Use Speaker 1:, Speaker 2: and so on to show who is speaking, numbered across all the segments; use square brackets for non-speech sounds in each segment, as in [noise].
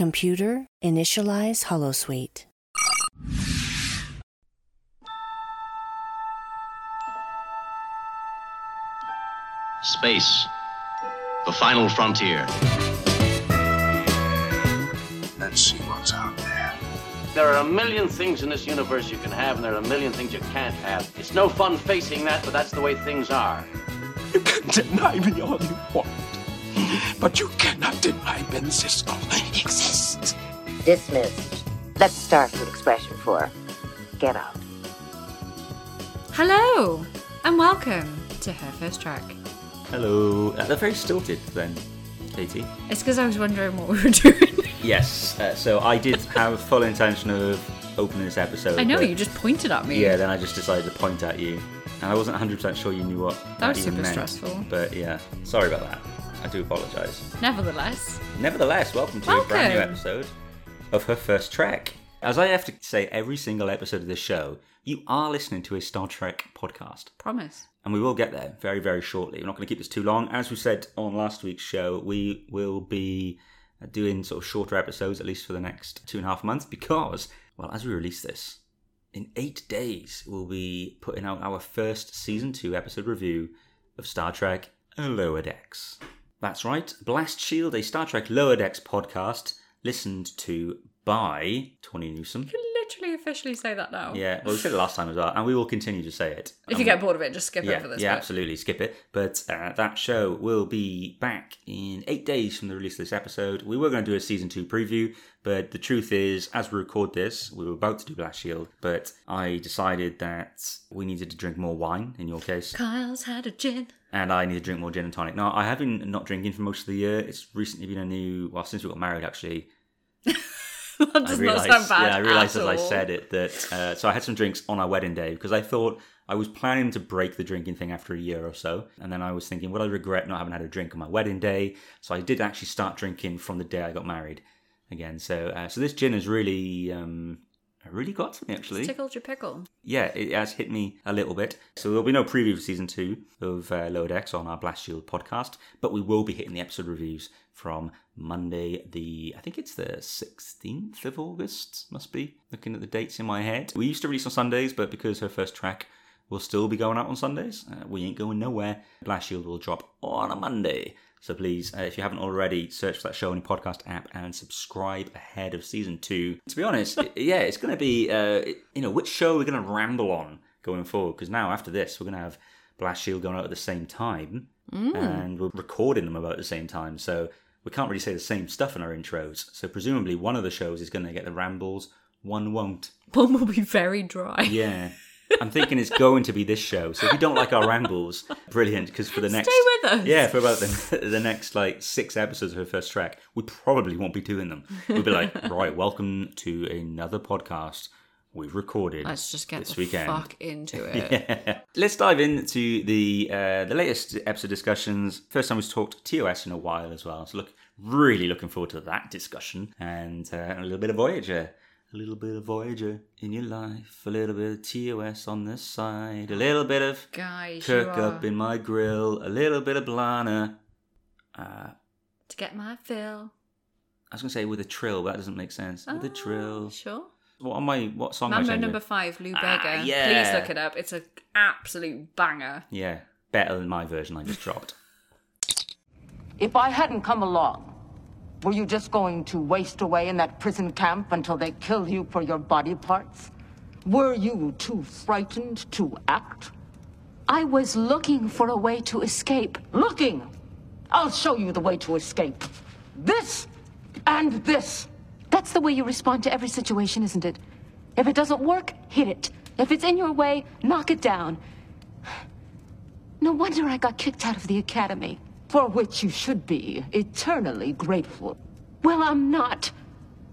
Speaker 1: Computer, initialize holosuite.
Speaker 2: Space. The final frontier.
Speaker 3: Let's see what's out there.
Speaker 4: There are a million things in this universe you can have, and there are a million things you can't have. It's no fun facing that, but that's the way things are.
Speaker 3: You can deny me all you want, but you cannot deny Ben Sisko exists.
Speaker 5: Dismissed. Let's start with expression four. Get out.
Speaker 6: [laughs] Hello and welcome to her first track.
Speaker 7: Hello. Uh, they're very stilted then, Katie.
Speaker 6: It's because I was wondering what we were [laughs] doing.
Speaker 7: Yes. Uh, so I did have full intention of opening this episode.
Speaker 6: I know
Speaker 7: but-
Speaker 6: you just pointed at me.
Speaker 7: Yeah. Then I just decided to point at you, and I wasn't 100 percent sure you knew what that,
Speaker 6: was
Speaker 7: even
Speaker 6: super
Speaker 7: meant.
Speaker 6: stressful.
Speaker 7: But yeah, sorry about that. I do apologise.
Speaker 6: Nevertheless,
Speaker 7: Nevertheless, welcome to a brand new
Speaker 6: Welcome.
Speaker 7: episode of her first trek. As I have to say every single episode of this show, you are listening to a Star Trek podcast.
Speaker 6: promise.
Speaker 7: And we will get there very, very shortly. We're not going to keep this too long. As we said on last week's show, we will be uh, doing sort of shorter episodes, at least for the next two and a half months, because, well, as we release this, in eight days, we'll be putting out our first season two episode review of Star Trek Lower Decks. That's right, Blast Shield, a Star Trek Lower Decks podcast listened to by Tony Newsom.
Speaker 6: You can literally officially say that now.
Speaker 7: Yeah, well, we said it last time as well, and we will continue to say it.
Speaker 6: If you get bored of it, just skip
Speaker 7: yeah,
Speaker 6: over this
Speaker 7: yeah,
Speaker 6: bit.
Speaker 7: absolutely. Skip it. But uh, that show will be back in eight days from the release of this episode. We were going to do a season two preview, but the truth is, as we record this, we were about to do Blast Shield, but I decided that we needed to drink more wine. In your case,
Speaker 6: Kyle's had a gin. [laughs]
Speaker 7: and I need to drink more gin and tonic. Now, I have been not drinking for most of the year. It's recently been a new, well, since we got married, actually.
Speaker 6: that does
Speaker 7: I realized,
Speaker 6: not sound bad.
Speaker 7: yeah, I realized
Speaker 6: at
Speaker 7: as I
Speaker 6: all.
Speaker 7: said it that uh, so I had some drinks on our wedding day because I thought I was planning to break the drinking thing after a year or so, and then I was thinking, would I regret not having had a drink on my wedding day? So I did actually start drinking from the day I got married again. So uh, so this gin has really um, really got to me actually
Speaker 6: Tickled your pickle.
Speaker 7: yeah, it has hit me a little bit. So there'll be no preview for season two of uh, Lower Decks on our Blast Shield podcast, but we will be hitting the episode reviews from Monday, the I think it's the sixteenth of August. Must be looking at the dates in my head. We used to release on Sundays, but because her first track will still be going out on Sundays, uh, we ain't going nowhere. Blast Shield will drop on a Monday. So please, uh, if you haven't already, search for that show on your podcast app and subscribe ahead of season two. To be honest, [laughs] i- yeah, it's going to be, uh, you know, which show we're going to ramble on going forward because now after this, we're going to have Blast Shield going out at the same time and we're recording them about the same time. So we can't really say the same stuff in our intros. So presumably one of the shows is going to get the rambles, one won't.
Speaker 6: One will be very dry.
Speaker 7: [laughs] Yeah. I'm thinking it's going to be this show. So if you don't like our rambles, brilliant. Because for the next,
Speaker 6: Stay with us.
Speaker 7: Yeah, for about the, [laughs] the next like six episodes of her first track, we probably won't be doing them. We'll be like,
Speaker 6: [laughs]
Speaker 7: right, welcome to another podcast we've recorded.
Speaker 6: Let's just get
Speaker 7: this
Speaker 6: the
Speaker 7: weekend.
Speaker 6: fuck
Speaker 7: [laughs]
Speaker 6: into it.
Speaker 7: Let's dive into the uh, the latest episode discussions. First time we've talked TOS in a while as well, so look, really looking forward to that discussion and uh, a little bit of Voyager, a little bit of Voyager in your life, a little bit of TOS on this side, a little bit of
Speaker 6: Guys, you
Speaker 7: Kirk
Speaker 6: are
Speaker 7: up in my grill, a little bit of Blana. Uh,
Speaker 6: to get my fill.
Speaker 7: I was gonna say with a trill, but that doesn't make sense. With a
Speaker 6: Ah,
Speaker 7: trill.
Speaker 6: Sure.
Speaker 7: What am I? What song? am I
Speaker 6: Mambo
Speaker 7: singing?
Speaker 6: number five, Lou
Speaker 7: Ah,
Speaker 6: Bega.
Speaker 7: yeah.
Speaker 6: Please look it up. It's an absolute banger.
Speaker 7: Yeah, better than my version I just dropped.
Speaker 8: If I hadn't come along, were you just going to waste away in that prison camp until they kill you for your body parts? Were you too frightened to act?
Speaker 9: I was looking for a way to escape.
Speaker 8: Looking! I'll show you the way to escape. This and this.
Speaker 9: That's the way you respond to every situation, isn't it? If it doesn't work, hit it. If it's in your way, knock it down. No wonder I got kicked out of the academy.
Speaker 8: For which you should be eternally grateful.
Speaker 9: Well, I'm not.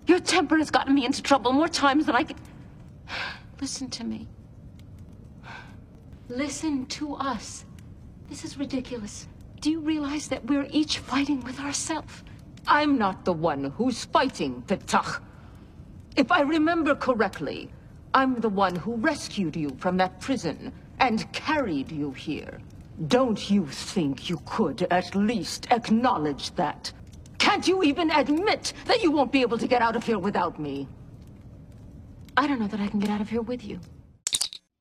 Speaker 9: Your temper has gotten me into trouble more times than I could. Listen to me. Listen to us. This is ridiculous. Do you realize that we're each fighting with ourselves?
Speaker 8: I'm not the one who's fighting, Petach. If I remember correctly, I'm the one who rescued you from that prison and carried you here. Don't you think you could at least acknowledge that? Can't you even admit that you won't be able to get out of here without me?
Speaker 9: I don't know that I can get out of here with you.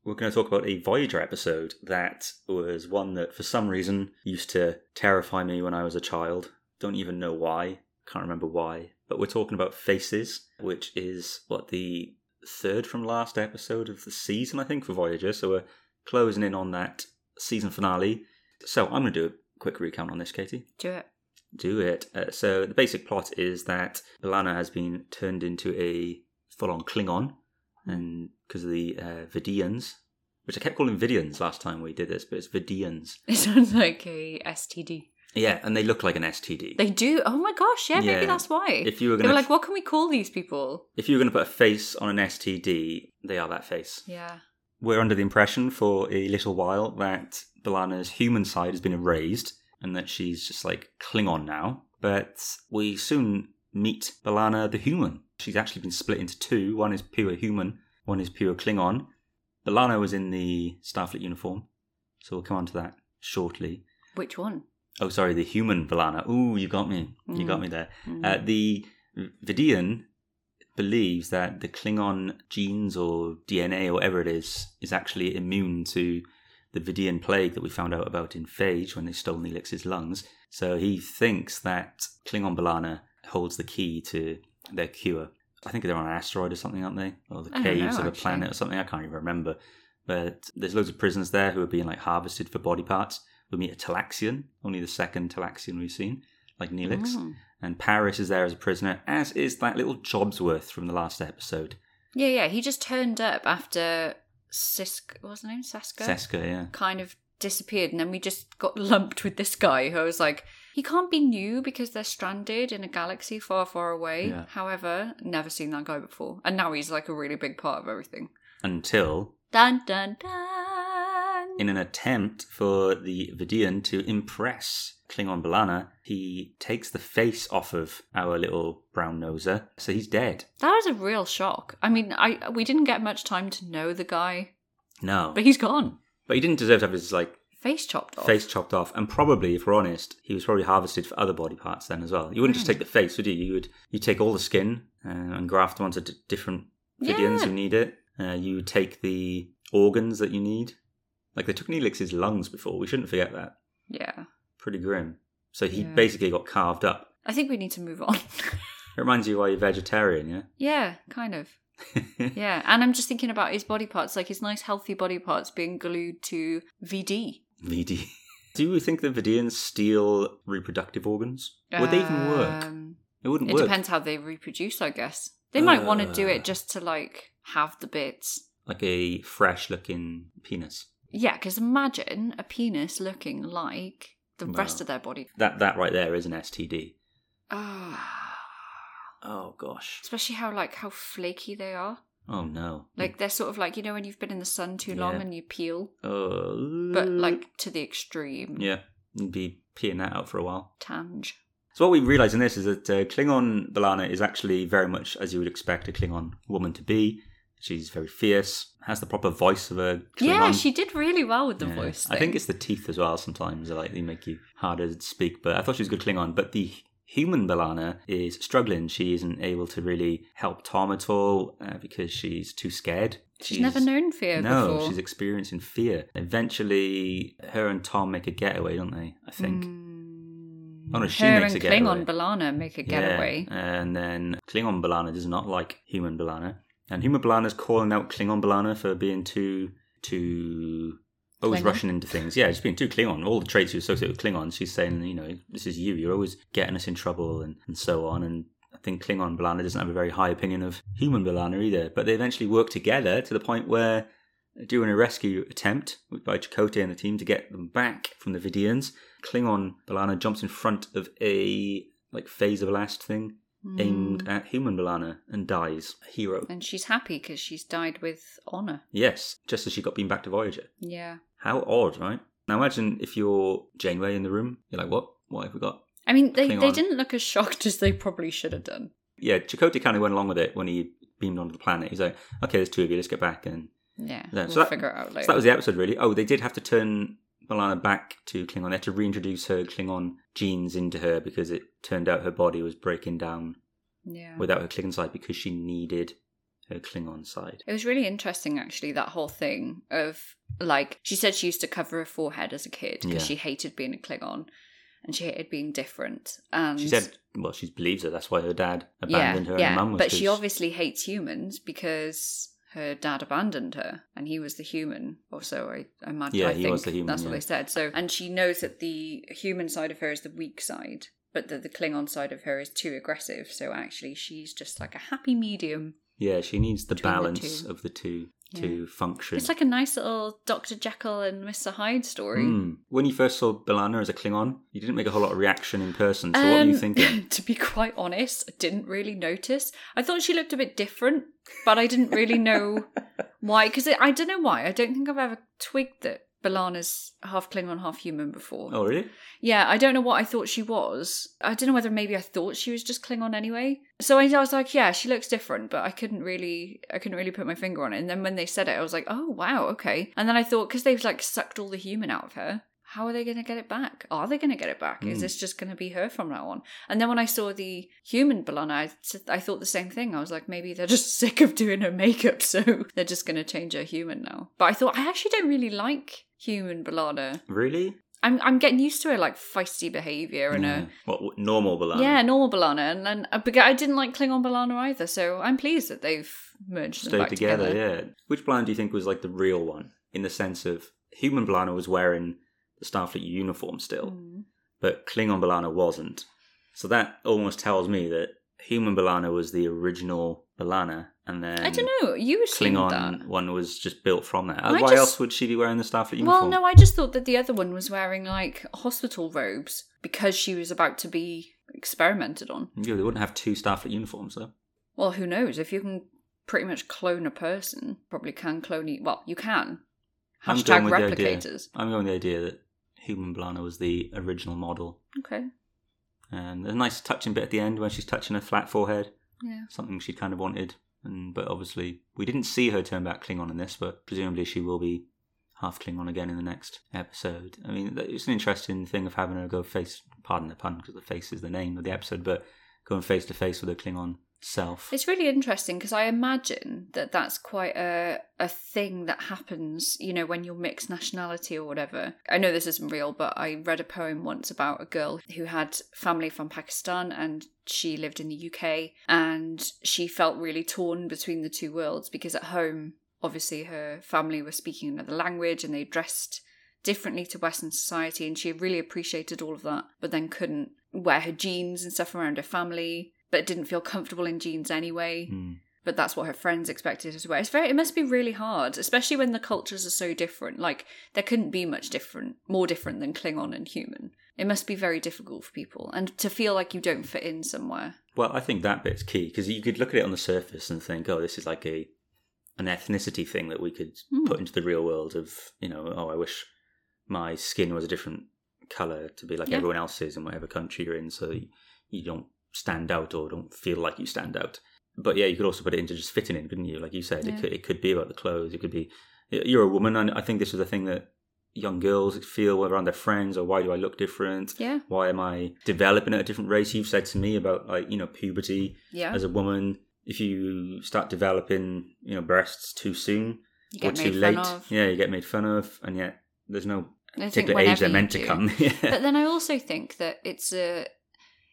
Speaker 7: We're going to talk about a Voyager episode that was one that, for some reason, used to terrify me when I was a child. Don't even know why. Can't remember why. But we're talking about Faces, which is what the third from last episode of the season, I think, for Voyager. So we're closing in on that season finale. So I'm going to do a quick recount on this, Katie.
Speaker 6: Do it. [laughs]
Speaker 7: Do it. Uh, so the basic plot is that Balana has been turned into a full-on Klingon, and because of the uh, Vidians, which I kept calling Vidians last time we did this, but it's Vidians.
Speaker 6: It sounds like a STD.
Speaker 7: Yeah, and they look like an STD.
Speaker 6: They do. Oh my gosh. Yeah,
Speaker 7: Yeah.
Speaker 6: maybe that's why.
Speaker 7: If you were
Speaker 6: they
Speaker 7: gonna
Speaker 6: were
Speaker 7: f-
Speaker 6: like, what can we call these people?
Speaker 7: if you were going to put a face on an STD, they are that face.
Speaker 6: Yeah.
Speaker 7: We're under the impression for a little while that Balana's human side has been erased and that she's just like Klingon now. But we soon meet Balana the human. She's actually been split into two. One is pure human, one is pure Klingon. Balana was in the Starfleet uniform, so we'll come on to that shortly.
Speaker 6: Which one?
Speaker 7: Oh, sorry, the human Valana. Ooh, you got me. You
Speaker 6: Mm.
Speaker 7: got me there. Uh, the Vidian believes that the Klingon genes or DNA or whatever it is is actually immune to the Vidian plague that we found out about in Phage when they stole Neelix's lungs. So he thinks that Klingon Balana holds the key to their cure. I think they're on an asteroid or something, aren't they? Or the
Speaker 6: I don't know,
Speaker 7: caves of a
Speaker 6: actually.
Speaker 7: planet or something. I can't even remember. But there's loads of prisoners there who are being like harvested for body parts. We meet a Talaxian, only the second Talaxian we've seen, like Neelix. And Paris is there as a prisoner, as is that little Jobsworth from the last episode.
Speaker 6: Yeah, yeah. He just turned up after Sisk. What was the name? Saska?
Speaker 7: Seska, yeah.
Speaker 6: Kind of disappeared. And then we just got lumped with this guy who I was like, he can't be new because they're stranded in a galaxy far, far away.
Speaker 7: Yeah.
Speaker 6: However, never seen that guy before. And now he's like a really big part of everything.
Speaker 7: Until,
Speaker 6: Dun, dun, dun.
Speaker 7: in an attempt for the Vidian to impress Klingon Balana, he takes the face off of our little brown noser, so he's dead.
Speaker 6: That was a real shock. I mean, I we didn't get much time to know the guy,
Speaker 7: No.
Speaker 6: but he's gone.
Speaker 7: But he didn't deserve to have his like
Speaker 6: Face chopped off.
Speaker 7: face chopped off, and probably, if we're honest, he was probably harvested for other body parts then as well. You wouldn't
Speaker 6: Hmm.
Speaker 7: just take the face, would you? You would you take all the skin uh, and graft them onto d- different Vidians
Speaker 6: Yeah.
Speaker 7: who need it. Uh, you would take the organs that you need. Like they took Neelix's lungs before. We shouldn't forget that.
Speaker 6: Yeah.
Speaker 7: Pretty grim. So he
Speaker 6: Yeah.
Speaker 7: basically got carved up.
Speaker 6: I think we need to move on. [laughs]
Speaker 7: It reminds you why you're vegetarian, yeah.
Speaker 6: yeah, kind
Speaker 7: [laughs]
Speaker 6: of. Yeah, and I'm just thinking about his body parts, like his nice healthy body parts being glued to VD.
Speaker 7: VD. [laughs] Do you think that Vidians steal reproductive organs? Would they even work?
Speaker 6: Um,
Speaker 7: It wouldn't
Speaker 6: It
Speaker 7: work.
Speaker 6: depends how they reproduce, I guess. They might want to do
Speaker 7: Uh.
Speaker 6: it just to like have the bits.
Speaker 7: Like a fresh looking penis.
Speaker 6: Yeah, because imagine a penis looking like the
Speaker 7: Wow.
Speaker 6: rest of their body.
Speaker 7: That that right there is an STD.
Speaker 6: Ah.
Speaker 7: Oh gosh.
Speaker 6: especially how like how flaky they are.
Speaker 7: Oh no.
Speaker 6: Like they're sort of like you know when you've been in the sun too long
Speaker 7: Yeah.
Speaker 6: and you peel,
Speaker 7: Oh.
Speaker 6: but like to the extreme.
Speaker 7: yeah, you'd be peeing that out for a while.
Speaker 6: Tange.
Speaker 7: So what we realise in this is that uh, Klingon Balana is actually very much as you would expect a Klingon woman to be. She's very fierce, has the proper voice of a Klingon.
Speaker 6: Yeah, she did really well with the
Speaker 7: Yeah.
Speaker 6: voice.
Speaker 7: I think
Speaker 6: thing.
Speaker 7: it's the teeth as well. Sometimes they like they make you harder to speak. But I thought she was a good Klingon. But the human Balana is struggling. She isn't able to really help Tom at all uh, because she's too scared.
Speaker 6: she's, never known fear
Speaker 7: no,
Speaker 6: before.
Speaker 7: she's experiencing fear. Eventually, her and Tom make a getaway, don't they? I think. oh no, she
Speaker 6: Mm. Her
Speaker 7: makes
Speaker 6: and
Speaker 7: a getaway.
Speaker 6: Klingon Balana make a getaway.
Speaker 7: Yeah. And then Klingon Balana does not like human Balana, and human Balana's calling out Klingon Balana for being too too always
Speaker 6: Klingon.
Speaker 7: rushing into things. Yeah, just being too Klingon. All the traits you associate with Klingon, she's saying, you know, this is you. You're always getting us in trouble, and and so on. And I think Klingon Balana doesn't have a very high opinion of human Balana either. But they eventually work together to the point where. they're Doing a rescue attempt by Chakotay and the team to get them back from the Vidians, Klingon Balana jumps in front of a like phaser blast thing aimed at human Balana and dies. A hero.
Speaker 6: And she's happy because she's died with honor.
Speaker 7: Yes, just as she got beamed back to Voyager.
Speaker 6: Yeah.
Speaker 7: How odd, right? Now imagine if you're Janeway in the room, you're like, what? What have we got?
Speaker 6: I mean, they, they
Speaker 7: Klingon.
Speaker 6: didn't look as shocked [laughs] as they probably should have done.
Speaker 7: Yeah, Chakotay kind of went along with it when he beamed onto the planet. He's like, okay, there's two of you, let's get back and
Speaker 6: Yeah.
Speaker 7: No,
Speaker 6: we'll
Speaker 7: so that-
Speaker 6: figure it out
Speaker 7: So
Speaker 6: later.
Speaker 7: that was the episode, really. Oh, they did have to turn Milana back to Klingon. They had to reintroduce her Klingon genes into her because it turned out her body was breaking down
Speaker 6: Yeah.
Speaker 7: without her Klingon side because she needed her Klingon side.
Speaker 6: It was really interesting, actually, that whole thing of like she said she used to cover her forehead as a kid because she
Speaker 7: Yeah.
Speaker 6: hated being a Klingon and she hated being different. And
Speaker 7: She said, well, she believes her. That's why her dad abandoned her and her mum was
Speaker 6: but she
Speaker 7: 'cause-
Speaker 6: obviously hates humans because her dad abandoned her and he was the human or so i i imagine
Speaker 7: Yeah,
Speaker 6: I
Speaker 7: he
Speaker 6: think
Speaker 7: was the human,
Speaker 6: that's what
Speaker 7: yeah.
Speaker 6: they said so and she knows that the human side of her is the weak side but that the klingon side of her is too aggressive so actually she's just like a happy medium
Speaker 7: Yeah, she needs the
Speaker 6: Between the
Speaker 7: balance
Speaker 6: two.
Speaker 7: of the two
Speaker 6: Yeah.
Speaker 7: to function.
Speaker 6: it's like a nice little dr jekyll and mr hyde story
Speaker 7: Hmm. When you first saw Belana as a Klingon, you didn't make a whole lot of reaction in person. So what were you
Speaker 6: Um, [coughs]
Speaker 7: thinking?
Speaker 6: [laughs] to be quite honest, I didn't really notice. I thought she looked a bit different, but I didn't really
Speaker 7: [laughs]
Speaker 6: know why. Because I don't know why. I don't think I've ever twigged that Balana's half Klingon, half human before.
Speaker 7: oh, really?
Speaker 6: Yeah, I don't know what I thought she was. I don't know whether maybe I thought she was just Klingon anyway. So I, I was like, yeah, she looks different, but I couldn't really, I couldn't really put my finger on it. And then when they said it, I was like, oh wow, okay. And then I thought because they've like sucked all the human out of her. How are they going to get it back? Are they going to get it back? Is
Speaker 7: Mm.
Speaker 6: this just going to be her from now on? And then when I saw the human Bellana, I, s- I thought the same thing. I was like, maybe they're just [laughs] sick of doing her makeup, so [laughs] they're just going to change her human now. But I thought, I actually don't really like human Bellana.
Speaker 7: Really?
Speaker 6: I'm I'm getting used to her like feisty behavior and
Speaker 7: Yeah.
Speaker 6: her
Speaker 7: What, what normal Belana?
Speaker 6: yeah normal Balana and then uh, but I didn't like Klingon Balana either, so I'm pleased that they've merged them
Speaker 7: Stayed
Speaker 6: back
Speaker 7: together,
Speaker 6: together.
Speaker 7: Yeah. Which Belana do you think was like the real one in the sense of human Belana was wearing the Starfleet uniform still,
Speaker 6: Mm.
Speaker 7: but Klingon Belana wasn't. So that almost tells me that human Belana was the original Belana, and then
Speaker 6: I don't know. You assumed
Speaker 7: Klingon
Speaker 6: that.
Speaker 7: one was just built from that.
Speaker 6: I
Speaker 7: Why
Speaker 6: just-
Speaker 7: else would she be wearing the Starfleet
Speaker 6: Well,
Speaker 7: uniform?
Speaker 6: no, I just thought that the other one was wearing like hospital robes because she was about to be experimented on.
Speaker 7: Yeah, they wouldn't have two Starfleet uniforms though.
Speaker 6: Well, who knows? If you can pretty much clone a person, probably can clone. e- Well, you can. Hashtag replicators.
Speaker 7: The idea. I'm going with the idea that Human Blana was the original model.
Speaker 6: Okay.
Speaker 7: And a nice touching bit at the end when she's touching her flat forehead,
Speaker 6: Yeah.
Speaker 7: something she kind of wanted. And but obviously we didn't see her turn back Klingon in this, but presumably she will be half Klingon again in the next episode. I mean, that- it's an interesting thing of having her go face. Pardon the pun, because the face is the name of the episode, but going face to face with her Klingon self.
Speaker 6: It's really interesting because I imagine that that's quite a a thing that happens, you know, when you're mixed nationality or whatever. I know this isn't real, but I read a poem once about a girl who had family from Pakistan and she lived in the UK and she felt really torn between the two worlds because at home, obviously, her family were speaking another language and they dressed differently to Western society, and she really appreciated all of that, but then couldn't wear her jeans and stuff around her family, but didn't feel comfortable in jeans anyway.
Speaker 7: Hmm.
Speaker 6: But that's what her friends expected her to wear. It's very, it must be really hard, especially when the cultures are so different. Like there couldn't be much different, more different than Klingon and human. It must be very difficult for people, and to feel like you don't fit in somewhere.
Speaker 7: Well, I think that bit's key because you could look at it on the surface and think, "Oh, this is like a an ethnicity thing that we could
Speaker 6: Hmm.
Speaker 7: put into the real world." Of you know, oh, I wish my skin was a different color to be like
Speaker 6: Yeah.
Speaker 7: everyone else's in whatever country you're in, so you, you don't stand out or don't feel like you stand out. But yeah, you could also put it into just fitting in, couldn't you? Like you said,
Speaker 6: Yeah.
Speaker 7: it could it could be about the clothes. It could be you're a woman, and I think this is the thing that young girls feel around their friends or why do I look different?
Speaker 6: Yeah.
Speaker 7: Why am I developing at a different race? You've said to me about like, you know, puberty
Speaker 6: Yeah,
Speaker 7: as a woman, if you start developing, you know, breasts too soon
Speaker 6: you
Speaker 7: or too late, yeah, you get made fun of and yet there's no
Speaker 6: I think
Speaker 7: particular age
Speaker 6: whenever
Speaker 7: they're
Speaker 6: you
Speaker 7: meant to
Speaker 6: do.
Speaker 7: come. [laughs] yeah.
Speaker 6: but then I also think that it's a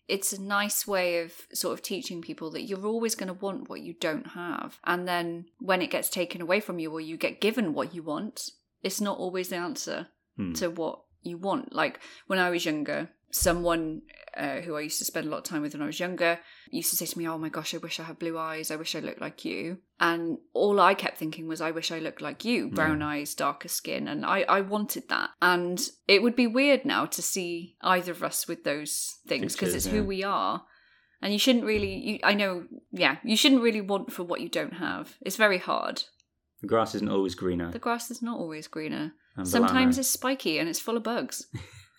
Speaker 6: it's a nice way of sort of teaching people that you're always going to want what you don't have and then when it gets taken away from you or you get given what you want it's not always the answer
Speaker 7: Hmm.
Speaker 6: to what you want like when i was younger someone uh, who i used to spend a lot of time with when i was younger used to say to me oh my gosh i wish i had blue eyes i wish i looked like you and all i kept thinking was i wish i looked like you brown eyes darker skin and I, I wanted that and it would be weird now to see either of us with those things because
Speaker 7: Pictures,
Speaker 6: it's
Speaker 7: yeah.
Speaker 6: who we are and you shouldn't really you, i know yeah you shouldn't really want for what you don't have it's very hard
Speaker 7: The grass isn't always greener.
Speaker 6: the grass is not always greener
Speaker 7: And
Speaker 6: sometimes
Speaker 7: banana.
Speaker 6: it's spiky and it's full of bugs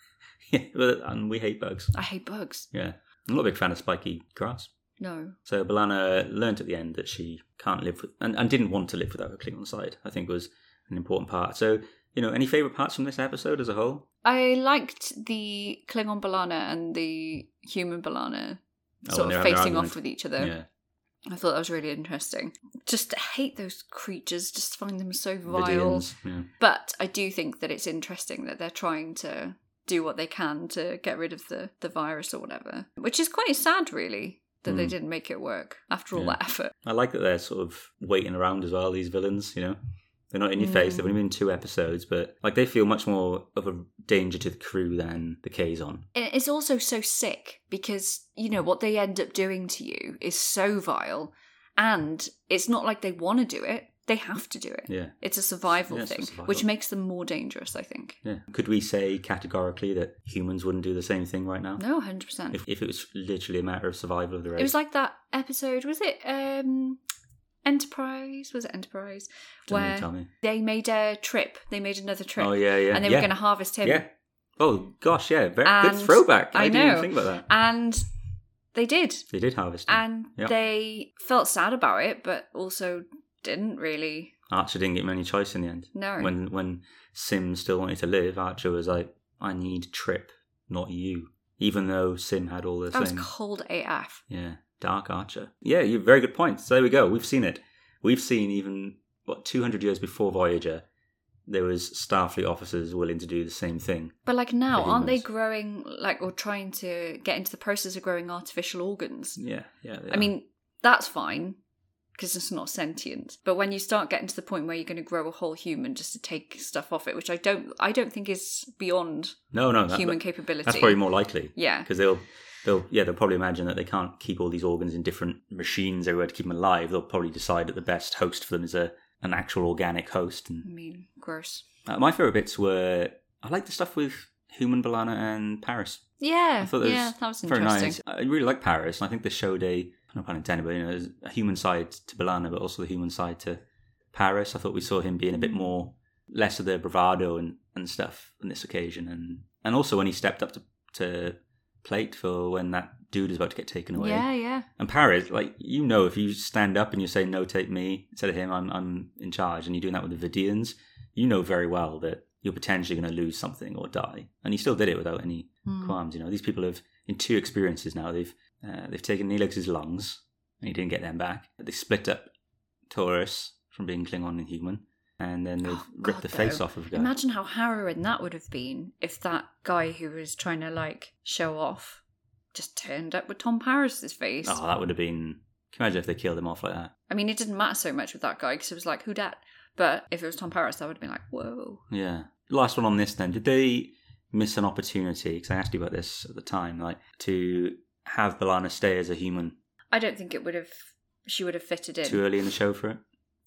Speaker 7: [laughs] yeah, but, and we hate bugs.
Speaker 6: i hate bugs
Speaker 7: Yeah. I'm not a big fan of spiky grass.
Speaker 6: no
Speaker 7: So Balana learnt at the end that she can't live with, and, and didn't want to live without her Klingon side, I think was an important part. So You know, any favorite parts from this episode as a whole?
Speaker 6: I liked the Klingon Balana and the human Balana
Speaker 7: Oh,
Speaker 6: sort of
Speaker 7: and they're having an
Speaker 6: facing
Speaker 7: argument.
Speaker 6: off with each other.
Speaker 7: Yeah,
Speaker 6: I thought that was really interesting. Just hate those creatures, just find them so vile.
Speaker 7: Vidians, yeah.
Speaker 6: But I do think that it's interesting that they're trying to do what they can to get rid of the, the virus or whatever, which is quite sad, really, that they
Speaker 7: Mm.
Speaker 6: didn't make it work after all
Speaker 7: Yeah.
Speaker 6: that effort.
Speaker 7: I like that they're sort of waiting around as well. These villains, you know, they're not in your
Speaker 6: Mm.
Speaker 7: face. They've only been in two episodes, but like they feel much more of a danger to the crew than the Kazon.
Speaker 6: And it's also so sick because, you know, what they end up doing to you is so vile, and it's not like they want to do it, they have to do it.
Speaker 7: Yeah.
Speaker 6: It's a survival
Speaker 7: Yeah, it's a
Speaker 6: thing,
Speaker 7: survival.
Speaker 6: which makes them more dangerous, I think.
Speaker 7: Yeah. Could we say categorically that humans wouldn't do the same thing right now?
Speaker 6: No, 100%.
Speaker 7: If, if it was literally a matter of survival of the race.
Speaker 6: It was like that episode. Was it um Enterprise? Was it Enterprise?
Speaker 7: Don't
Speaker 6: where
Speaker 7: even tell me.
Speaker 6: they made a trip. They made another trip.
Speaker 7: Oh, yeah, yeah,
Speaker 6: And they
Speaker 7: yeah.
Speaker 6: were going to harvest him.
Speaker 7: Yeah. Oh gosh, yeah. Very
Speaker 6: And
Speaker 7: good throwback. I,
Speaker 6: I
Speaker 7: didn't
Speaker 6: know.
Speaker 7: even think about that.
Speaker 6: And they did,
Speaker 7: they did harvest him.
Speaker 6: and
Speaker 7: Yeah.
Speaker 6: they felt sad about it, but also didn't really.
Speaker 7: Archer didn't get many choice in the end.
Speaker 6: No.
Speaker 7: When when Sim still wanted to live, Archer was like, "I need Trip, not you." Even though Sim had all the
Speaker 6: That was
Speaker 7: same.
Speaker 6: cold AF.
Speaker 7: Yeah, Dark Archer. Yeah, you very good point. So there we go. We've seen it. We've seen even what 200 years before Voyager, there was Starfleet officers willing to do the same thing.
Speaker 6: But like now,
Speaker 7: For
Speaker 6: aren't they
Speaker 7: humans.
Speaker 6: growing like or trying to get into the process of growing artificial organs?
Speaker 7: Yeah, yeah. they
Speaker 6: I
Speaker 7: are.
Speaker 6: mean, that's fine because it's not sentient. But when you start getting to the point where you're going to grow a whole human just to take stuff off it, which I don't, I don't think is beyond
Speaker 7: no, no, that-
Speaker 6: human
Speaker 7: that-
Speaker 6: capability.
Speaker 7: That's probably more likely.
Speaker 6: Yeah.
Speaker 7: because they'll. They'll, yeah, they'll probably imagine that they can't keep all these organs in different machines everywhere to keep them alive. They'll probably decide that the best host for them is a an actual organic host.
Speaker 6: I
Speaker 7: And
Speaker 6: mean, gross.
Speaker 7: uh, my favorite bits were I like the stuff with Human Balana and Paris.
Speaker 6: Yeah,
Speaker 7: I thought that
Speaker 6: yeah,
Speaker 7: was,
Speaker 6: that was
Speaker 7: very
Speaker 6: interesting.
Speaker 7: nice. I really like Paris, and I think this showed a no pun intended, but you know, there's a human side to Bellana, but also the human side to Paris. I thought we saw him being a bit
Speaker 6: Mm.
Speaker 7: more less of the bravado and, and stuff on this occasion, and and also when he stepped up to to plate for when that dude was about to get taken away.
Speaker 6: Yeah, yeah,
Speaker 7: And Paris, like you know, if you stand up and you say no, take me instead of him, I'm I'm in charge, and you're doing that with the Vidians, you know very well that you're potentially going to lose something or die, and he still did it without any
Speaker 6: Hmm.
Speaker 7: qualms. You know, these people have in two experiences now. They've uh, they've taken Neelix's lungs, and he didn't get them back. They split up Taurus from being Klingon and human, and then they've
Speaker 6: Oh,
Speaker 7: ripped
Speaker 6: God,
Speaker 7: the face
Speaker 6: though.
Speaker 7: off of a guy.
Speaker 6: Imagine how harrowing that would have been if that guy who was trying to like show off just turned up with Tom Paris's face.
Speaker 7: oh, that would have been. Can you imagine if they killed him off like that?
Speaker 6: I mean, it didn't matter so much with that guy because it was like, who dat? But if it was Tom Paris, I would have been like, whoa.
Speaker 7: Yeah. Last one on this then. Did they miss an opportunity? Because I asked you about this at the time, like to have Balana stay as a human
Speaker 6: I don't think it would have. She would have fitted in.
Speaker 7: too early in the show for it.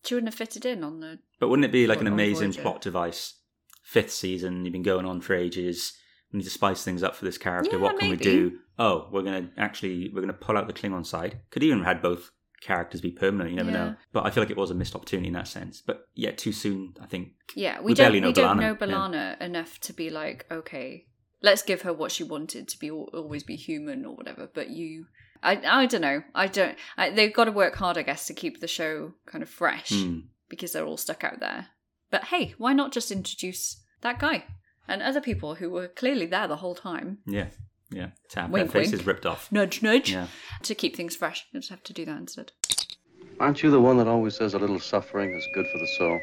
Speaker 6: She wouldn't have fitted in on the.
Speaker 7: But wouldn't it be like an
Speaker 6: On- on
Speaker 7: amazing
Speaker 6: Voyager.
Speaker 7: plot device? Fifth season, you've been going on for ages. We need to spice things up for this character.
Speaker 6: Yeah,
Speaker 7: what can we
Speaker 6: maybe.
Speaker 7: do? Oh, we're gonna actually we're gonna pull out the Klingon side. Could even have had both characters be permanent. You never
Speaker 6: Yeah.
Speaker 7: know. But I feel like it was a missed opportunity in that sense. But yeah, too soon. I think.
Speaker 6: Yeah, we,
Speaker 7: We
Speaker 6: don't.
Speaker 7: barely know
Speaker 6: we don't
Speaker 7: B'Elanna,
Speaker 6: know
Speaker 7: yeah.
Speaker 6: Balana enough to be like, okay, let's give her what she wanted to be al- always be human or whatever. But you, I, I don't know. I don't. I, they've got to work hard, I guess, to keep the show kind of fresh
Speaker 7: Hmm.
Speaker 6: because they're all stuck out there. But hey, why not just introduce that guy and other people who were clearly there the whole time?
Speaker 7: Yeah. Yeah. To have their
Speaker 6: Wink, wink.
Speaker 7: faces ripped off.
Speaker 6: Nudge, nudge.
Speaker 7: Yeah.
Speaker 6: To keep things fresh, you just have to do that instead.
Speaker 4: Aren't you the one that always says a little suffering is good for the soul?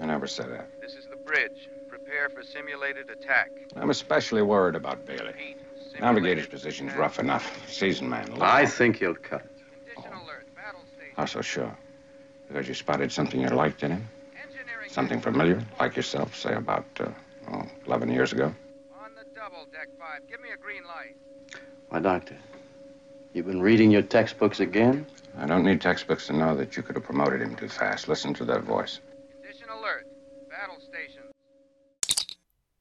Speaker 3: I never said that.
Speaker 10: This is the bridge. Prepare for simulated attack.
Speaker 3: I'm especially worried about Bailey. Navigator's position's rough enough. Season man.
Speaker 4: I think he'll cut it.
Speaker 10: Condition alert. Battle station.
Speaker 3: Not so sure. Because you spotted something you liked in him?
Speaker 10: Engineering.
Speaker 3: Something familiar, like yourself, say about uh, oh, 11 years ago?
Speaker 10: On the double, deck five. Give me a green light.
Speaker 4: My doctor, you've been reading your textbooks again?
Speaker 3: I don't need textbooks to know that you could have promoted him too fast. Listen to that voice.
Speaker 10: Condition alert. Battle station.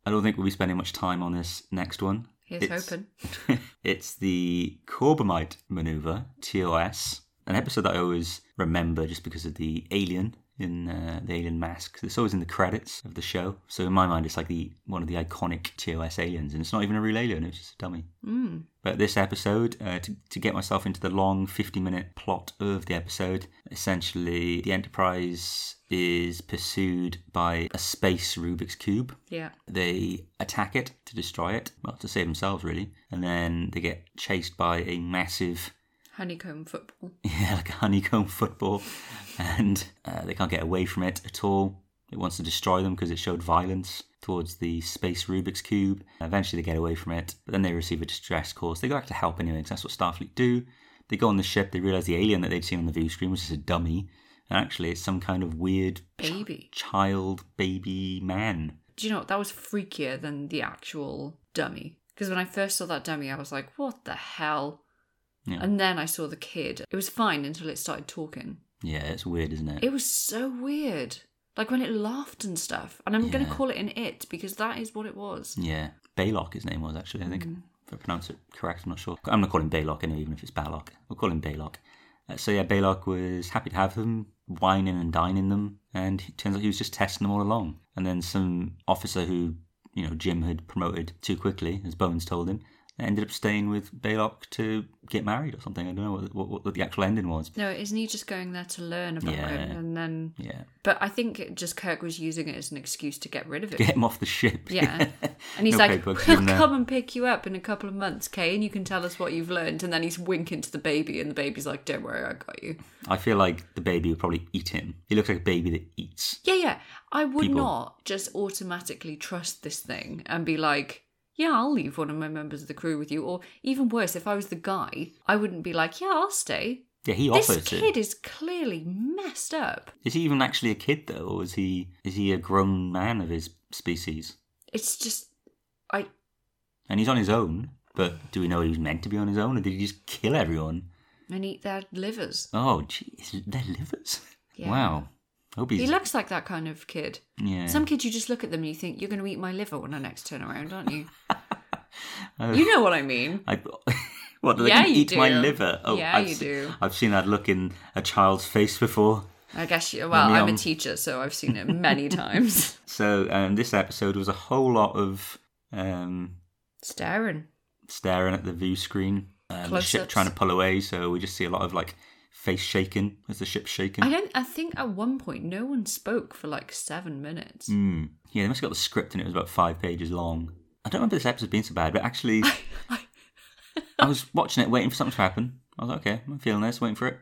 Speaker 7: I don't think we'll be spending much time on this next one.
Speaker 6: Here's hoping.
Speaker 7: [laughs] it's the Corbomite maneuver, TOS, an episode that I always remember just because of the alien in uh, the alien mask. It's always in the credits of the show. So in my mind, it's like the one of the iconic TOS aliens, and it's not even a real alien; it's just a dummy.
Speaker 6: Mm.
Speaker 7: But this episode, uh, to, to get myself into the long 50 minute plot of the episode, essentially the Enterprise is pursued by a space Rubik's Cube.
Speaker 6: Yeah.
Speaker 7: They attack it to destroy it, well, to save themselves, really. And then they get chased by a massive [laughs]
Speaker 6: Honeycomb football.
Speaker 7: yeah, like a honeycomb football, and uh, they can't get away from it at all. It wants to destroy them because it showed violence towards the space Rubik's cube. Eventually, they get away from it, but then they receive a distress call. So they go back to help anyway, 'cause that's what Starfleet do. They go on the ship. They realize the alien that they'd seen on the view screen was just a dummy, and actually, it's some kind of weird ch-
Speaker 6: Baby.
Speaker 7: child, baby man.
Speaker 6: Do you know what? That was freakier than the actual dummy. Because when I first saw that dummy, I was like, what the hell?
Speaker 7: Yeah.
Speaker 6: And then I saw the kid. It was fine until it started talking.
Speaker 7: yeah, it's weird, isn't it?
Speaker 6: It was so weird. Like when it laughed and stuff. And I'm going to
Speaker 7: Yeah.
Speaker 6: call it an it because that is what it was.
Speaker 7: Yeah, Baylock his name was actually. I think
Speaker 6: Mm.
Speaker 7: if I pronounce it correct, I'm not sure. I'm gonna call him Baylock anyway, even if it's Ballock. We'll call him Baylock. Uh, so yeah, Baylock was happy to have them, whining and dining them, and it turns out he was just testing them all along. And then some officer who you know Jim had promoted too quickly, as Bones told him, ended up staying with Baylock to get married or something. I don't know what what, what the actual ending was.
Speaker 6: No, isn't he just going there to learn about
Speaker 7: Yeah.
Speaker 6: him and then.
Speaker 7: Yeah,
Speaker 6: But I think it just Kirk was using it as an excuse to get rid of it.
Speaker 7: get him off the ship. [laughs]
Speaker 6: Yeah. And he's
Speaker 7: No
Speaker 6: like, we'll
Speaker 7: paperwork even uh, there.
Speaker 6: come and pick you up in a couple of months, Kay, and you can tell us what you've learned. And then he's winking to the baby, and the baby's like, don't worry, I got you.
Speaker 7: I feel like the baby would probably eat him. He looks like a baby that eats.
Speaker 6: Yeah, yeah. I would
Speaker 7: People.
Speaker 6: not just automatically trust this thing and be like, yeah, I'll leave one of my members of the crew with you. Or even worse, if I was the guy, I wouldn't be like, yeah, I'll stay.
Speaker 7: Yeah, he
Speaker 6: This
Speaker 7: offers it.
Speaker 6: kid is clearly messed up.
Speaker 7: Is he even actually a kid though, or is he is he a grown man of his species?
Speaker 6: It's just, I,
Speaker 7: And he's on his own, but do we know he was meant to be on his own, or did he just kill everyone?
Speaker 6: and eat their livers.
Speaker 7: Oh, jeez, they're livers.
Speaker 6: Yeah.
Speaker 7: Wow. Hope he's
Speaker 6: He looks like that kind of kid.
Speaker 7: yeah.
Speaker 6: Some kids, you just look at them and you think, you're going to eat my liver when I next turn around, aren't you?
Speaker 7: [laughs] Oh,
Speaker 6: You know what I mean.
Speaker 7: I, [laughs] what? They're
Speaker 6: Yeah,
Speaker 7: gonna
Speaker 6: you
Speaker 7: eat my
Speaker 6: do.
Speaker 7: liver. Oh,
Speaker 6: Yeah,
Speaker 7: I've
Speaker 6: you
Speaker 7: se-
Speaker 6: do.
Speaker 7: I've seen that look in a child's face before.
Speaker 6: I guess, you, well,
Speaker 7: Yum,
Speaker 6: I'm a
Speaker 7: yum.
Speaker 6: teacher, so I've seen it
Speaker 7: [laughs]
Speaker 6: many times.
Speaker 7: So um, this episode was a whole lot of um,
Speaker 6: Staring.
Speaker 7: staring at the view screen. Um, the ship
Speaker 6: Close-ups.
Speaker 7: trying to pull away, so we just see a lot of like face shaking as the ship's shaking.
Speaker 6: I don't. I think at one point no one spoke for like seven minutes.
Speaker 7: Mm. Yeah, they must have got the script and it was about five pages long. I don't remember this episode being so bad, but
Speaker 6: [laughs]
Speaker 7: actually, I was watching it waiting for something to happen. I was like, okay, I'm feeling this, waiting for it.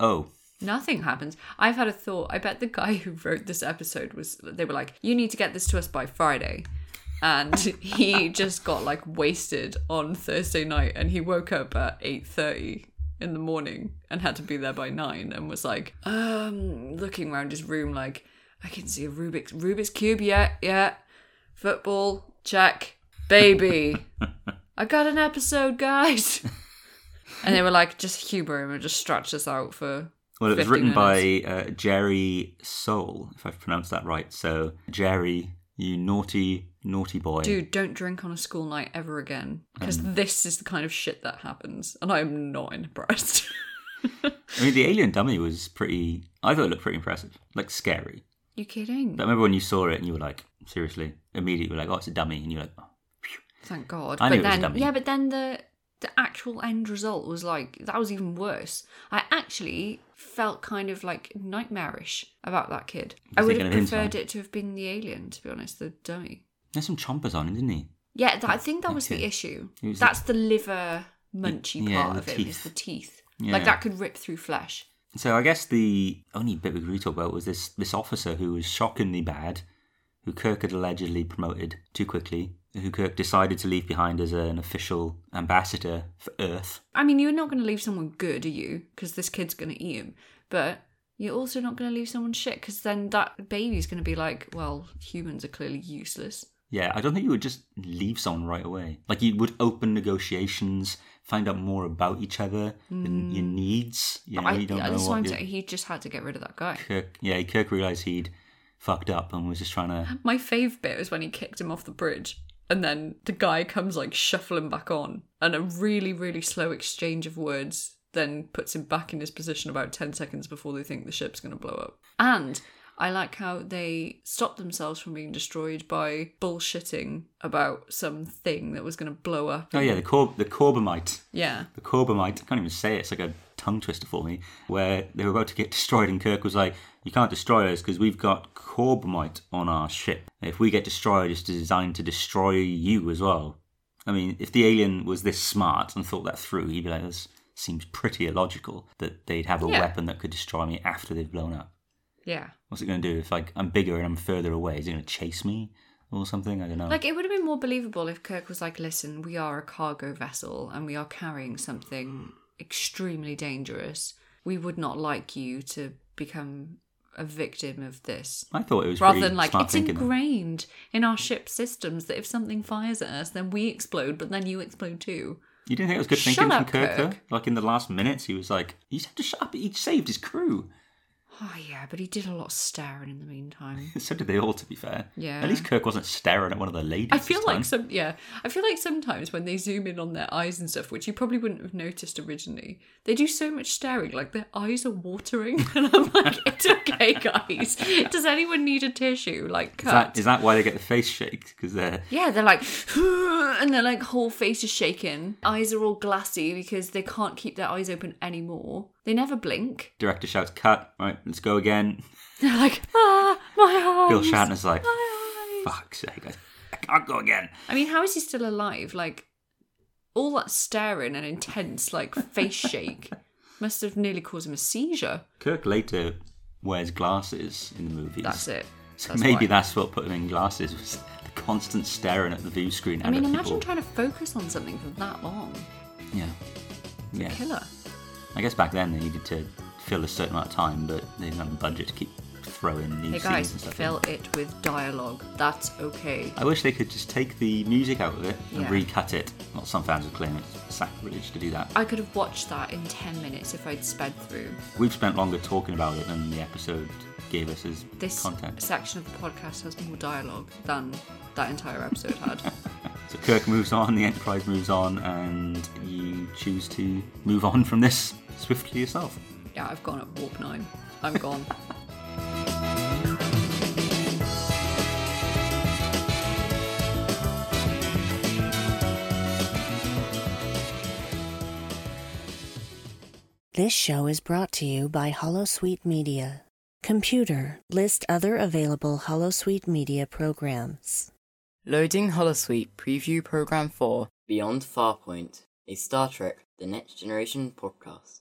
Speaker 7: Oh,
Speaker 6: Nothing happens. I've had a thought. I bet the guy who wrote this episode was. They were like, "You need to get this to us by Friday," and he just got like wasted on Thursday night, and he woke up at eight thirty in the morning and had to be there by nine, and was like, um, looking around his room like, "I can see a Rubik's Rubik's cube. Yeah, yeah. Football check, baby. I got an episode, guys." And they were like, just humor him and just stretch this out for
Speaker 7: well, it was
Speaker 6: 50
Speaker 7: written
Speaker 6: minutes.
Speaker 7: by uh, Jerry Soule, if I've pronounced that right. So, Jerry, you naughty, naughty boy.
Speaker 6: Dude, don't drink on a school night ever again. Because
Speaker 7: Mm.
Speaker 6: this is the kind of shit that happens. And I'm not impressed. [laughs]
Speaker 7: I mean, the alien dummy was pretty, I thought it looked pretty impressive, like scary.
Speaker 6: you kidding?
Speaker 7: But I remember when you saw it and you were like, seriously, immediately, like, oh, it's a dummy. And you're like, oh,
Speaker 6: Thank God. but
Speaker 7: I knew it was
Speaker 6: then
Speaker 7: a dummy.
Speaker 6: Yeah, but then the the actual end result was like that was even worse. I actually felt kind of like nightmarish about that kid. I would
Speaker 7: thinking
Speaker 6: have
Speaker 7: of him,
Speaker 6: preferred
Speaker 7: Simon?
Speaker 6: it to have been the alien, to be honest, the dummy.
Speaker 7: there's some chompers on him, didn't he?
Speaker 6: Yeah, that, I think that was
Speaker 7: Okay.
Speaker 6: the issue.
Speaker 7: It was the-
Speaker 6: That's the, liver munchy
Speaker 7: Yeah,
Speaker 6: part
Speaker 7: the
Speaker 6: of it is
Speaker 7: teeth.
Speaker 6: the teeth.
Speaker 7: Yeah.
Speaker 6: Like that could rip through flesh.
Speaker 7: So I guess the only bit we could really talk about was this this officer who was shockingly bad, who Kirk had allegedly promoted too quickly, who Kirk decided to leave behind as an official ambassador for Earth.
Speaker 6: I mean, you're not going to leave someone good, are you? Because this kid's going to eat him. But you're also not going to leave someone shit, because then that baby's going to be like, well, humans are clearly useless.
Speaker 7: Yeah, I don't think you would just leave someone right away. Like you would open negotiations, find out more about each other, and your needs. You
Speaker 6: Mm.
Speaker 7: know,
Speaker 6: I,
Speaker 7: you don't know
Speaker 6: this is
Speaker 7: what
Speaker 6: what I'm
Speaker 7: your-
Speaker 6: saying. He just had to get rid of that guy.
Speaker 7: Kirk. Yeah, Kirk realized he'd fucked up and was just
Speaker 6: [gasps]
Speaker 7: trying to.
Speaker 6: My fave bit was when he kicked him off the bridge, and then the guy comes like shuffling back on, and a really, really slow exchange of words then puts him back in his position about 10 seconds before they think the ship's going to blow up. And I like how they stop themselves from being destroyed by bullshitting about some thing that was going to blow up.
Speaker 7: Oh yeah, the Cor- the Corbomite.
Speaker 6: Yeah.
Speaker 7: The Corbomite. I can't even say it. It's like a tongue twister for me. Where they were about to get [laughs] destroyed, and Kirk was like, "You can't destroy us because we've got Corbomite on our ship. If we get destroyed, it's designed to destroy you as well." I mean, if the alien was this smart and thought that through, he'd be like, "This seems pretty illogical that they'd have a
Speaker 6: Yeah.
Speaker 7: weapon that could destroy me after they've blown up."
Speaker 6: Yeah.
Speaker 7: What's it going to do if like I'm bigger and I'm further away? Is it going to chase me or something? I don't know.
Speaker 6: Like, it would have been more believable if Kirk was like, listen, we are a cargo vessel and we are carrying something
Speaker 7: Hmm.
Speaker 6: extremely dangerous. We would not like you to become a victim of this.
Speaker 7: I thought it was
Speaker 6: Rather
Speaker 7: pretty
Speaker 6: than like,
Speaker 7: smart
Speaker 6: it's
Speaker 7: thinking.
Speaker 6: ingrained in our ship systems that if something fires at us, then we explode, but then you explode too.
Speaker 7: You didn't think it was good
Speaker 6: Shut
Speaker 7: thinking
Speaker 6: up,
Speaker 7: from Kirk,
Speaker 6: Kirk.
Speaker 7: though? Like in the last minutes, he was like, "You just have to shut up." He saved his crew. [laughs]
Speaker 6: Oh, yeah, but he did a lot of staring in the meantime.
Speaker 7: so did they all, to be fair.
Speaker 6: Yeah.
Speaker 7: At least Kirk wasn't staring at one of the ladies.
Speaker 6: I feel
Speaker 7: this time.
Speaker 6: like some yeah. I feel like sometimes when they zoom in on their eyes and stuff, which you probably wouldn't have noticed originally, they do so much staring, like their eyes are watering, [laughs] and I'm like, it's okay, guys. Does anyone need a tissue? Like,
Speaker 7: Is
Speaker 6: cut.
Speaker 7: that, is that why they get the face shake? Because they're
Speaker 6: yeah, they're like, [sighs] and their like whole face is shaking. Eyes are all glassy because they can't keep their eyes open anymore. They never blink. [laughs]
Speaker 7: director shouts, "Cut! Right, let's go again."
Speaker 6: They're like, ah, my eyes.
Speaker 7: Bill Shatner's like,
Speaker 6: my eyes.
Speaker 7: "Fuck's sake, I, I can't go again."
Speaker 6: I mean, how is he still alive? Like, all that staring and intense, like,
Speaker 7: [laughs]
Speaker 6: face shake must have nearly caused him a seizure.
Speaker 7: Kirk later wears glasses in the movies.
Speaker 6: That's it.
Speaker 7: So
Speaker 6: That's
Speaker 7: maybe
Speaker 6: why.
Speaker 7: that's what put him in glasses was the constant staring at the view screen.
Speaker 6: I
Speaker 7: and
Speaker 6: mean,
Speaker 7: at
Speaker 6: imagine
Speaker 7: people.
Speaker 6: trying to focus on something for that long.
Speaker 7: Yeah. Yeah.
Speaker 6: Killer.
Speaker 7: I guess back then they needed to fill a certain amount of time, but they didn't have the budget to keep throwing new
Speaker 6: Hey
Speaker 7: scenes
Speaker 6: guys,
Speaker 7: and stuff. in.
Speaker 6: fill it with dialogue. That's okay.
Speaker 7: I wish they could just take the music out of it and
Speaker 6: Yeah.
Speaker 7: recut it. Well, some fans would claim it's sacrilege to do that.
Speaker 6: I could have watched that in 10 minutes if I'd sped through.
Speaker 7: We've spent longer talking about it than the episode gave us as
Speaker 6: This
Speaker 7: content.
Speaker 6: section of the podcast has more dialogue than that entire episode had.
Speaker 7: [laughs] So Kirk moves on, the Enterprise moves on, and you choose to move on from this swiftly yourself.
Speaker 6: yeah, I've gone at warp 9. I'm gone.
Speaker 1: This show is brought to you by Holosuite Media. Computer, list other available Holosuite Media programs.
Speaker 11: Loading Holosuite Preview Program 4 Beyond Farpoint, a Star Trek The Next Generation podcast.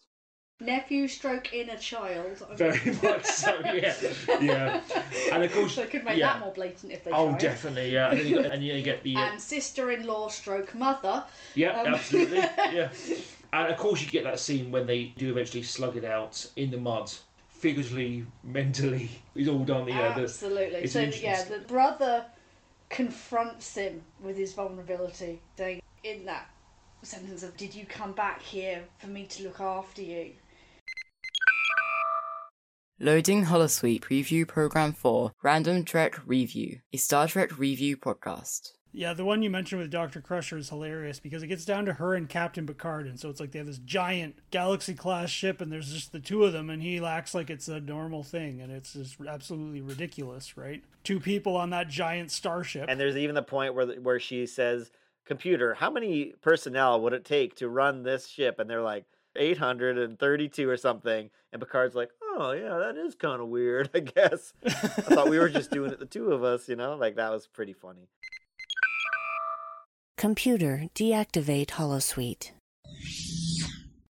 Speaker 12: Nephew stroke inner child.
Speaker 13: Very much so, yeah. Yeah. And of course-
Speaker 12: They could make
Speaker 13: yeah.
Speaker 12: that more blatant if they
Speaker 13: Oh,
Speaker 12: tried.
Speaker 13: definitely, yeah. And then you, and you get the.
Speaker 12: [laughs]
Speaker 13: Uh,
Speaker 12: And sister in law stroke mother.
Speaker 13: yeah,
Speaker 12: Um, [laughs]
Speaker 13: absolutely. Yeah. And of course, you get that scene when they do eventually slug it out in the mud, figuratively, mentally. It's all done, yeah. the-
Speaker 12: Absolutely.
Speaker 13: it's
Speaker 12: So,
Speaker 13: an
Speaker 12: yeah,
Speaker 13: interesting-
Speaker 12: the brother confronts him with his vulnerability, saying, in that sentence of, Did you come back here for me to look after you?
Speaker 11: Loading Holosuite Preview Program 4 Random Trek Review, a Star Trek review podcast.
Speaker 14: Yeah, the one you mentioned with Dr. Crusher is hilarious because it gets down to her and Captain Picard. And so it's like they have this giant galaxy class ship and there's just the two of them and he acts like it's a normal thing. And it's just absolutely ridiculous, right? Two people on that giant starship.
Speaker 15: And there's even the point where where she says, "Computer, how many personnel would it take to run this ship?" And they're like, "832 or something." And Picard's like, "Oh yeah, that is kind of weird, [laughs] I guess." I thought we were just doing it the two of us, you know? Like that was pretty funny.
Speaker 1: Computer, deactivate Holosuite.